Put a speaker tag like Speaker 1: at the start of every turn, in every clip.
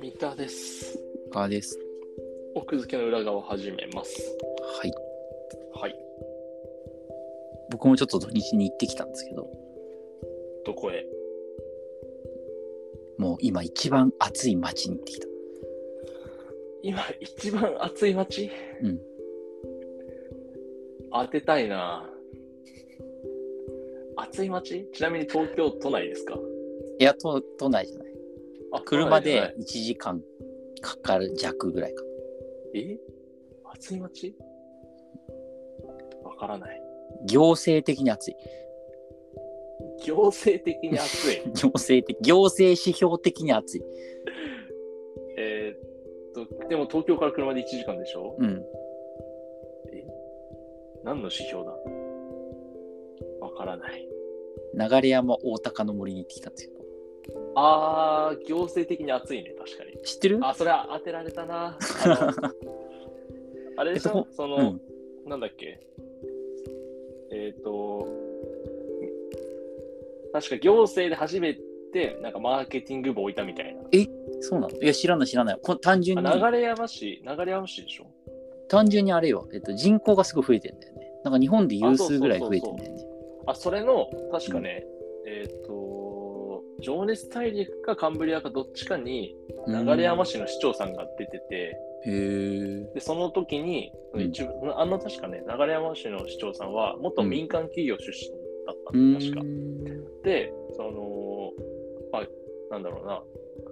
Speaker 1: 三田です。
Speaker 2: あです。
Speaker 1: 奥付けの裏側始めます。
Speaker 2: はい。
Speaker 1: はい。
Speaker 2: 僕もちょっと土日に行ってきたんですけど、
Speaker 1: どこへ
Speaker 2: もう今一番暑い街に行ってきた。
Speaker 1: 今一番暑い街
Speaker 2: うん。
Speaker 1: 当てたいな。暑い街ちなみに東京都内ですか
Speaker 2: いや、都都内じゃない。
Speaker 1: あ都
Speaker 2: 車
Speaker 1: 内じゃな
Speaker 2: で
Speaker 1: い
Speaker 2: 1時間かかる弱ぐらいかな。
Speaker 1: え暑い街わからない。
Speaker 2: 行政的に暑い。
Speaker 1: 行政的に暑 い。
Speaker 2: 行政的、行政指標的に暑い。
Speaker 1: えーっと、でも東京から車で1時間でしょ
Speaker 2: うん。
Speaker 1: 何の指標だわからない。
Speaker 2: 流山大高の森に行ってきたんですけど。
Speaker 1: あー、行政的に暑いね、確かに。
Speaker 2: 知ってる
Speaker 1: あ、それは当てられたな。あ のあれでし
Speaker 2: えそ
Speaker 1: ょ
Speaker 2: こ
Speaker 1: その、
Speaker 2: うん。
Speaker 1: なんだっけえっ、と、確か行政で初めて、なんかマーケティング部置いたみたいな。
Speaker 2: そうなのいや、知らない知らない。こ単純に、
Speaker 1: あ流山市、流山市でしょ
Speaker 2: 単純にあれよ、えっと、人口がすごい増えてんだよね。なんか日本で有数ぐらい増えてんだよね。
Speaker 1: あ、それの、確かね、えっ、と、情熱大陸かカンブリアかどっちかに、流山市の市長さんが出てて、
Speaker 2: うん。へえ。
Speaker 1: で、その時に、
Speaker 2: うん
Speaker 1: 一部あの確かね、流山市の市長さんは、元民間企業出身だった
Speaker 2: うんん
Speaker 1: で、確か。で、その、まあ、なんだろうな、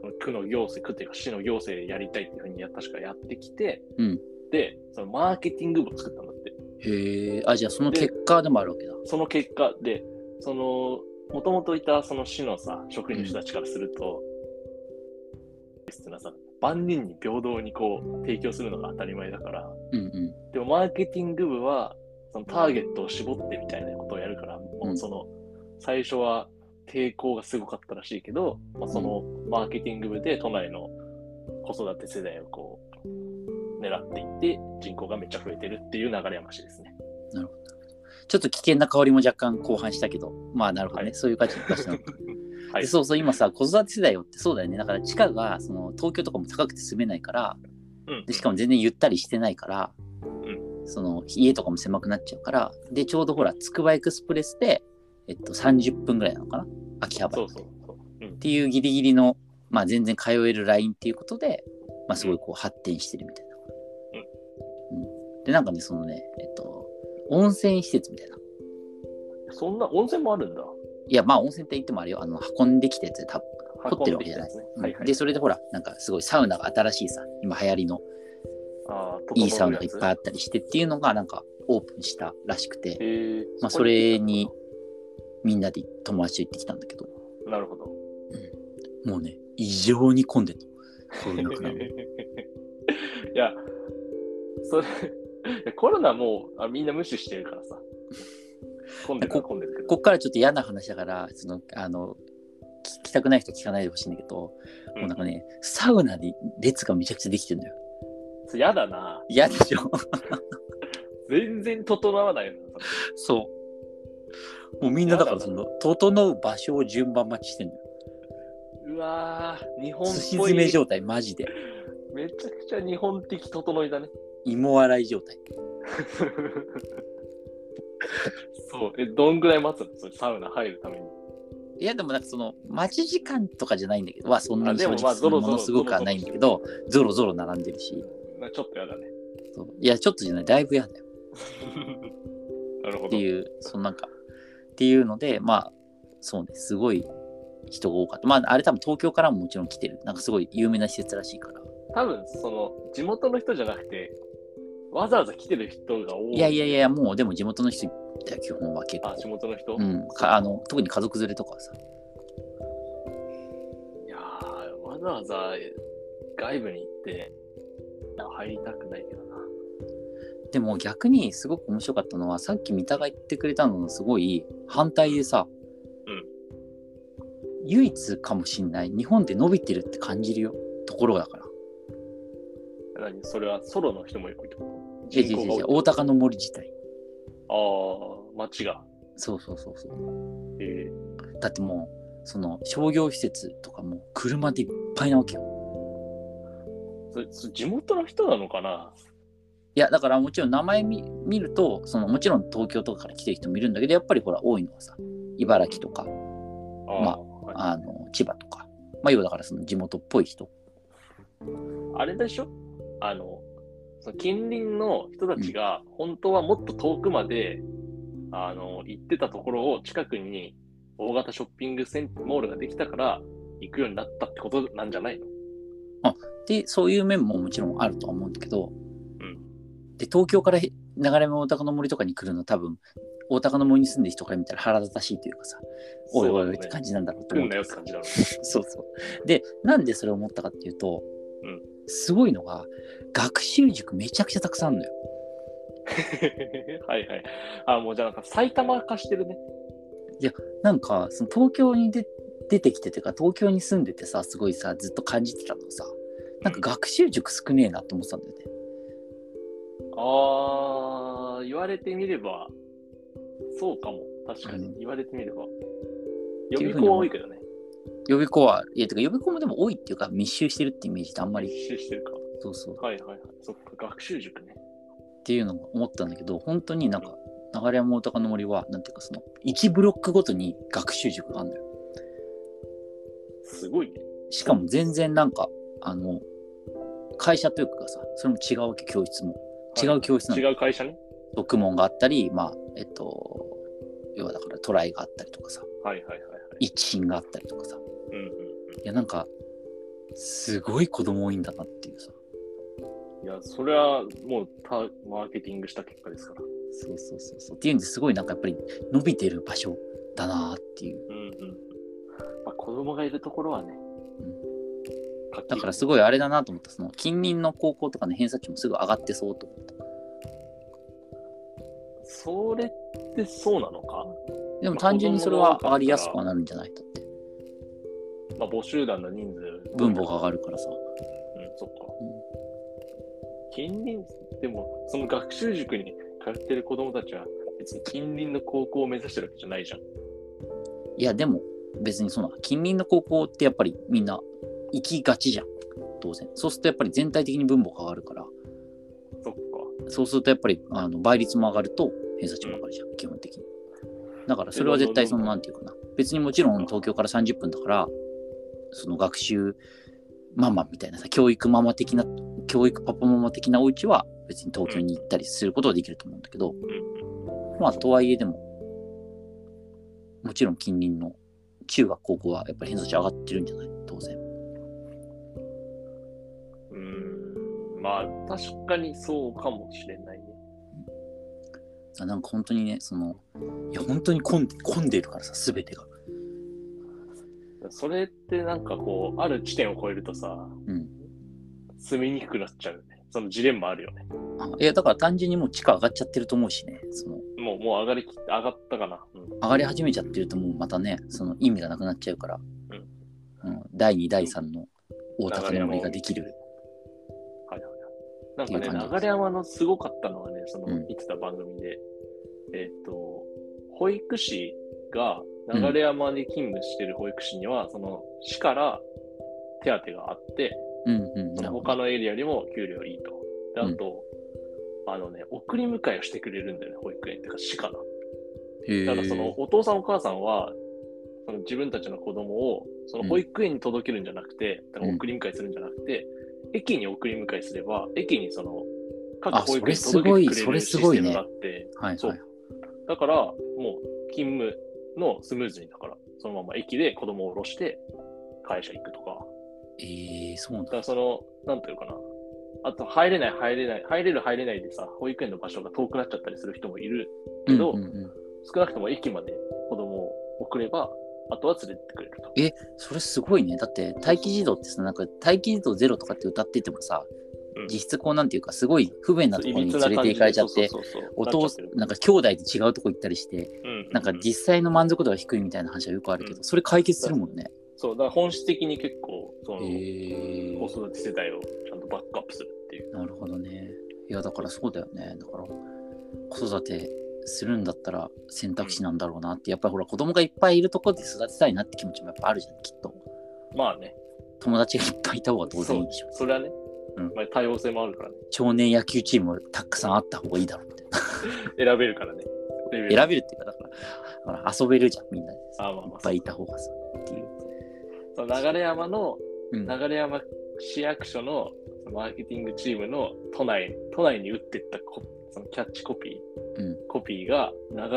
Speaker 1: その区の行政、区っていうか市の行政やりたいっていうふうにや確かやってきて、
Speaker 2: うん
Speaker 1: で、そのマーケティング部を作ったんだって。
Speaker 2: へえ、あ、じゃあその結果でもあるわけだ。
Speaker 1: その結果で、その、もともといたその市のさ、職員の人たちからすると、ってなさ、万人に平等にこう、提供するのが当たり前だから、
Speaker 2: うんうん。
Speaker 1: でもマーケティング部はそのターゲットを絞ってみたいなことをやるから、もうその最初は抵抗がすごかったらしいけど、まあ、そのマーケティング部で都内の子育て世代をこう狙っていって人口がめっちゃ増えてるっていう流れ話ですね。
Speaker 2: ちょっと危険な香りも若干後半したけど、まあなるほど
Speaker 1: は
Speaker 2: ね、
Speaker 1: い
Speaker 2: そういう感じの話なの、
Speaker 1: はい
Speaker 2: でそうそう、今さ、子育て世代よってそうだよね。だから地価がその東京とかも高くて住めないから、
Speaker 1: うん
Speaker 2: でしかも全然ゆったりしてないから、
Speaker 1: う
Speaker 2: その家とかも狭くなっちゃうから、で、ちょうどほら、つくばエクスプレスで、えっと、30分ぐらいなのかな、秋葉原
Speaker 1: そ
Speaker 2: っ
Speaker 1: うそうそう。うん、
Speaker 2: ていうギリギリの、まあ全然通えるラインっていうことで、まあすごいこう発展してるみたいな。うんで、なんかね、そのね、えっと、温泉施設みたいな。
Speaker 1: そんな温泉もあるんだ。
Speaker 2: いや、まあ温泉って言ってもあれよ、あの、運んできたやつで多分。凝ってるわけじゃない
Speaker 1: 運んできたやつね。
Speaker 2: うん
Speaker 1: はいはい。
Speaker 2: で、それでほら、なんかすごいサウナが新しいさ、今流行りの
Speaker 1: あー
Speaker 2: いいサウナがいっぱいあ
Speaker 1: い。
Speaker 2: ったりしてっていうのが、なんかオープンしたらしく
Speaker 1: え
Speaker 2: て、
Speaker 1: ー、
Speaker 2: まあそれにみんなで友達と行ってきたんだけど、
Speaker 1: なるほど。
Speaker 2: もうね、異常に混んで るの。コロナ禍なの
Speaker 1: いや、それ、いやコロナもうあみんな無視してるからさ。混んでるから混んでるけど。
Speaker 2: こっからちょっと嫌な話だから、その、あの、聞きたくない人は聞かないでほしいんだけど、
Speaker 1: うん
Speaker 2: もうなんかね、サウナに列がめちゃくちゃできてるのよ。
Speaker 1: それやだな。
Speaker 2: 嫌でし ょ
Speaker 1: 全然整わないのよ
Speaker 2: そう。もうみんなだからその、整う場所を順番待ちしてんのよ。
Speaker 1: うわー、日本っ
Speaker 2: すし
Speaker 1: ぽ
Speaker 2: 詰
Speaker 1: い。
Speaker 2: め状態、マジで。
Speaker 1: めちゃくちゃ日本的整いだね。
Speaker 2: 芋洗い状態。
Speaker 1: そう。え、どんぐらい待つのそれサウナ入るために。
Speaker 2: いや、でもなんかその、待ち時間とかじゃないんだけど、はそんなに
Speaker 1: あで
Speaker 2: 正
Speaker 1: も
Speaker 2: 直
Speaker 1: まあ
Speaker 2: その
Speaker 1: ゾロゾ
Speaker 2: も
Speaker 1: ロ
Speaker 2: のすごくはないんだけど、ゾロゾロ並んでるし、
Speaker 1: なちょっとやだね。
Speaker 2: そういや、ちょっとじゃない、だいぶ嫌だよ
Speaker 1: なるほ
Speaker 2: っ
Speaker 1: ど
Speaker 2: て。いう、そのなんか、っていうので、まあ、そうね、すごい人が多かった。まあ、あれ多分東京からももちろん来てる。なんかすごい有名な施設らしいから。
Speaker 1: 多分、その、地元の人じゃなくて、わざわざ来てる人が多い。
Speaker 2: いやいやいや、もうでも地元の人だよ、基本は結構
Speaker 1: あ、。地元の人、
Speaker 2: うん、かあの特に家族連れとかはさ、
Speaker 1: いやー、わざわざ外部に行って、入りたくないけどな。
Speaker 2: でも逆にすごく面白かったのはさっき三田が言ってくれたののすごい反対でさ、
Speaker 1: うん
Speaker 2: 唯一かもしんない日本で伸びてるって感じるよところだから
Speaker 1: 何それはソロの人もいるってこと
Speaker 2: いやいやいやいや大高の森自体
Speaker 1: ああ、街が。
Speaker 2: そうそうそうそう。
Speaker 1: え
Speaker 2: だってもう、その商業施設とかもう車でいっぱいなわけよ。
Speaker 1: ーそれそれ地元の人なのかない
Speaker 2: や、だからもちろん名前見見ると、そのもちろん東京とかから来てる人もいるんだけど、やっぱりほら多いのはさ、茨城とか、
Speaker 1: あ、
Speaker 2: まあの、千葉とか。まあ要はだからその地元っぽい人。
Speaker 1: あ、あれでしょあの、その近隣の人たちが、本当はもっと遠くまで、あの、行ってたところを近くに大型ショッピングセンター、モールができたから、行くようになったってことなんじゃないの
Speaker 2: で、そういう面ももちろんあるとは思うんだけど、
Speaker 1: うん
Speaker 2: で、東京から流れ目大高の森とかに来るの多分、大高の森に住んでる人から見たら腹立たしいというかさ、おいおいおいって感じなんだろうと
Speaker 1: 来
Speaker 2: 思うんんだ
Speaker 1: なよ
Speaker 2: けど
Speaker 1: って感じだろ
Speaker 2: そうそう。で、なんでそれを思ったかっていうと、
Speaker 1: うん
Speaker 2: すごいのが、学習塾めちゃくちゃたくさんあるのよ。
Speaker 1: う。はいはい。あ、もうじゃあなんか埼玉化してるね。
Speaker 2: なんか、その東京にで出てきててか、東京に住んでてさ、すごいさ、ずっと感じてたのさ、なんか学習塾少ねえなって思ってたんだよね。
Speaker 1: あー、言われてみれば、そうかも。確かに
Speaker 2: う。ん
Speaker 1: 言われてみれば。
Speaker 2: てい
Speaker 1: 予
Speaker 2: うふう
Speaker 1: 備
Speaker 2: に
Speaker 1: 校
Speaker 2: 思う
Speaker 1: 多いけどね。
Speaker 2: 予備校は、いや、てか予備校もでも多いっていうか、密集してるってイメージってあんまり、
Speaker 1: 一周してるか。
Speaker 2: そうそう。
Speaker 1: はいはいはい。そっか、学習塾ね。
Speaker 2: っていうのを思ったんだけど、本当になんか、流山大高の森は、なんていうか、その、1ブロックごとに学習塾があるのよ。
Speaker 1: すごいね。
Speaker 2: しかも全然なんか、あの、会社というかさ、それも違うわけ、教室も。違う教室なの
Speaker 1: 違う会社ね。
Speaker 2: 読問があったり、まあ、えっと、要はだからトライがあったりとかさ、
Speaker 1: はいはいはいはい。
Speaker 2: 一心があったりとかさ。
Speaker 1: うんうん
Speaker 2: いや、なんか、すごい子供多いんだなっていうさ。
Speaker 1: うん。いや、それはもうたマーケティングした結果ですから。
Speaker 2: そうそうそうそう。っていうんですごいなんかやっぱり伸びてる場所だなっていう。
Speaker 1: うんうん。まあ、子供がいるところはね。活気
Speaker 2: だからすごいあれだなと思った。その近隣の高校とかの偏差値もすぐ上がってそうと思った。
Speaker 1: それってそうなのか
Speaker 2: でも単純にそれは上がりやすくはなるんじゃないだって。
Speaker 1: まあ、募集団の人数。
Speaker 2: 分母が上がるからさ。
Speaker 1: うん、そっか
Speaker 2: うん。
Speaker 1: 近隣、でも、その学習塾に通ってる子供たちは、別に近隣の高校を目指してるわけじゃないじゃん。
Speaker 2: いや、でも別にその近隣の高校ってやっぱりみんな行きがちじゃん。当然。そうするとやっぱり全体的に分母が上がるから。
Speaker 1: そっか。
Speaker 2: そうするとやっぱりあの倍率も上がると偏差値も上がるじゃん、基本的に。だからそれは絶対そのなんていうかな。別にもちろん東京から30分だから、その学習ママみたいなさ、教育ママ的な、教育パパママ的なお家は別に東京に行ったりすることはできると思うんだけど、まあとはいえでも、もちろん近隣の中学、高校はやっぱり偏差値上がってるんじゃない当然。
Speaker 1: うーん。まあ、確かにそうかもしれないね。
Speaker 2: あなんか本当にね、その、いや本当に混ん混んでるからさ、すべてが。
Speaker 1: それってなんかこう、ある地点を超えるとさ、
Speaker 2: うん
Speaker 1: 住みにくくなっちゃうよね。そのジレンマあるよね。
Speaker 2: あいやだから単純にもう地価上がっちゃってると思うしねその
Speaker 1: もう、もう上がりき、上がったかな。うん
Speaker 2: 上がり始めちゃってるともうまたねその意味がなくなっちゃうから、
Speaker 1: うん
Speaker 2: うん第2第3の大高の森ができる
Speaker 1: はいはいはい。なんか
Speaker 2: っていう感じ
Speaker 1: ね、流山のすごかったのはね、その
Speaker 2: うん、
Speaker 1: 見てた番組で、えーっ、と、保育士が流山に勤務してる保育士には、その、市から手当があって、
Speaker 2: うんうん
Speaker 1: その
Speaker 2: なるほ
Speaker 1: 他
Speaker 2: ど
Speaker 1: のエリアよりも給料いいと。で、
Speaker 2: うん
Speaker 1: あと、あのね、送り迎えをしてくれるんだよね、保育園っていうか、市かな。
Speaker 2: へ
Speaker 1: だからその
Speaker 2: え
Speaker 1: お父さんお母さんは、その自分たちの子供をその保育園に届けるんじゃなくて、だから送り迎えするんじゃなくて、駅に送り迎えすれば、駅にその各
Speaker 2: あ
Speaker 1: 保育園に
Speaker 2: それす
Speaker 1: 届
Speaker 2: ごい
Speaker 1: けてくれるシ
Speaker 2: それすご
Speaker 1: ス
Speaker 2: い
Speaker 1: テ
Speaker 2: ね
Speaker 1: ムがあって、
Speaker 2: はい
Speaker 1: そ
Speaker 2: はいう
Speaker 1: だからもう勤務のスムーズにだから、そのまま駅で子供を降ろして会社行くとか、
Speaker 2: えー、そうなん
Speaker 1: だ
Speaker 2: だ
Speaker 1: からその、なんていうのかな、あと入れない、入れない、入れる、入れないでさ、保育園の場所が遠くなっちゃったりする人もいるけど、
Speaker 2: うんうんうん、
Speaker 1: 少なくとも駅まで子供を送れば、あとは連れてってくれると。
Speaker 2: それすごいねだって待機児童ってさなんか待機児童ゼロとかって歌っててもさ、
Speaker 1: うん
Speaker 2: 実質こうなんていうかすごい不便なところに連れて行かれちゃって
Speaker 1: そうそうそうそう
Speaker 2: お父
Speaker 1: なっちゃってる
Speaker 2: なんか兄弟で違うとこ行ったりして
Speaker 1: うん
Speaker 2: なんか実際の満足度が低いみたいな話はよくあるけど、
Speaker 1: う
Speaker 2: それ解決するもんね。
Speaker 1: そう、だから本質的に結構、その、
Speaker 2: え
Speaker 1: 子育て世代をちゃんとバックアップするっていう。
Speaker 2: なるほどね。いやだからそうだよね。だから子育てするんだったら選択肢なんだろうなって、やっぱりほら子供がいっぱいいるとこで育てたいなって気持ちもやっぱあるじゃん、きっと。
Speaker 1: まあね、
Speaker 2: 友達がいっぱいいた方が当然いいでしょ。
Speaker 1: それはね、
Speaker 2: うん
Speaker 1: まあ、多様性もあるからね、
Speaker 2: 少年野球チームもたくさんあった方がいいだろうみたいな。
Speaker 1: 選べるからね。レベル
Speaker 2: 選べるっていうか、だから、だから遊べるじゃん、みんなでさ。
Speaker 1: あまあ
Speaker 2: い
Speaker 1: まあ
Speaker 2: っぱいいた方がさ、っていう。
Speaker 1: その流山の、
Speaker 2: うん、
Speaker 1: 流山市役所のそのマーケティングチームの都内、都内に打ってったコそのキャッチコピー、
Speaker 2: うん
Speaker 1: コピーが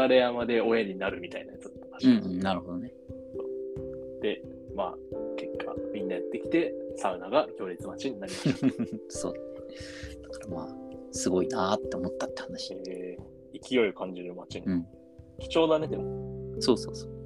Speaker 1: 流山で親になるみたいなやつだったらし
Speaker 2: うん
Speaker 1: い、
Speaker 2: うん、なるほどね。
Speaker 1: で、まあ、結果、みんなやってきて、サウナが行列待ちになりま した。
Speaker 2: そうだね。だからまあ、すごいなーって思ったって話。
Speaker 1: えー勢いを感じる街に、
Speaker 2: うん
Speaker 1: 貴重だね、でも。
Speaker 2: そうそうそう。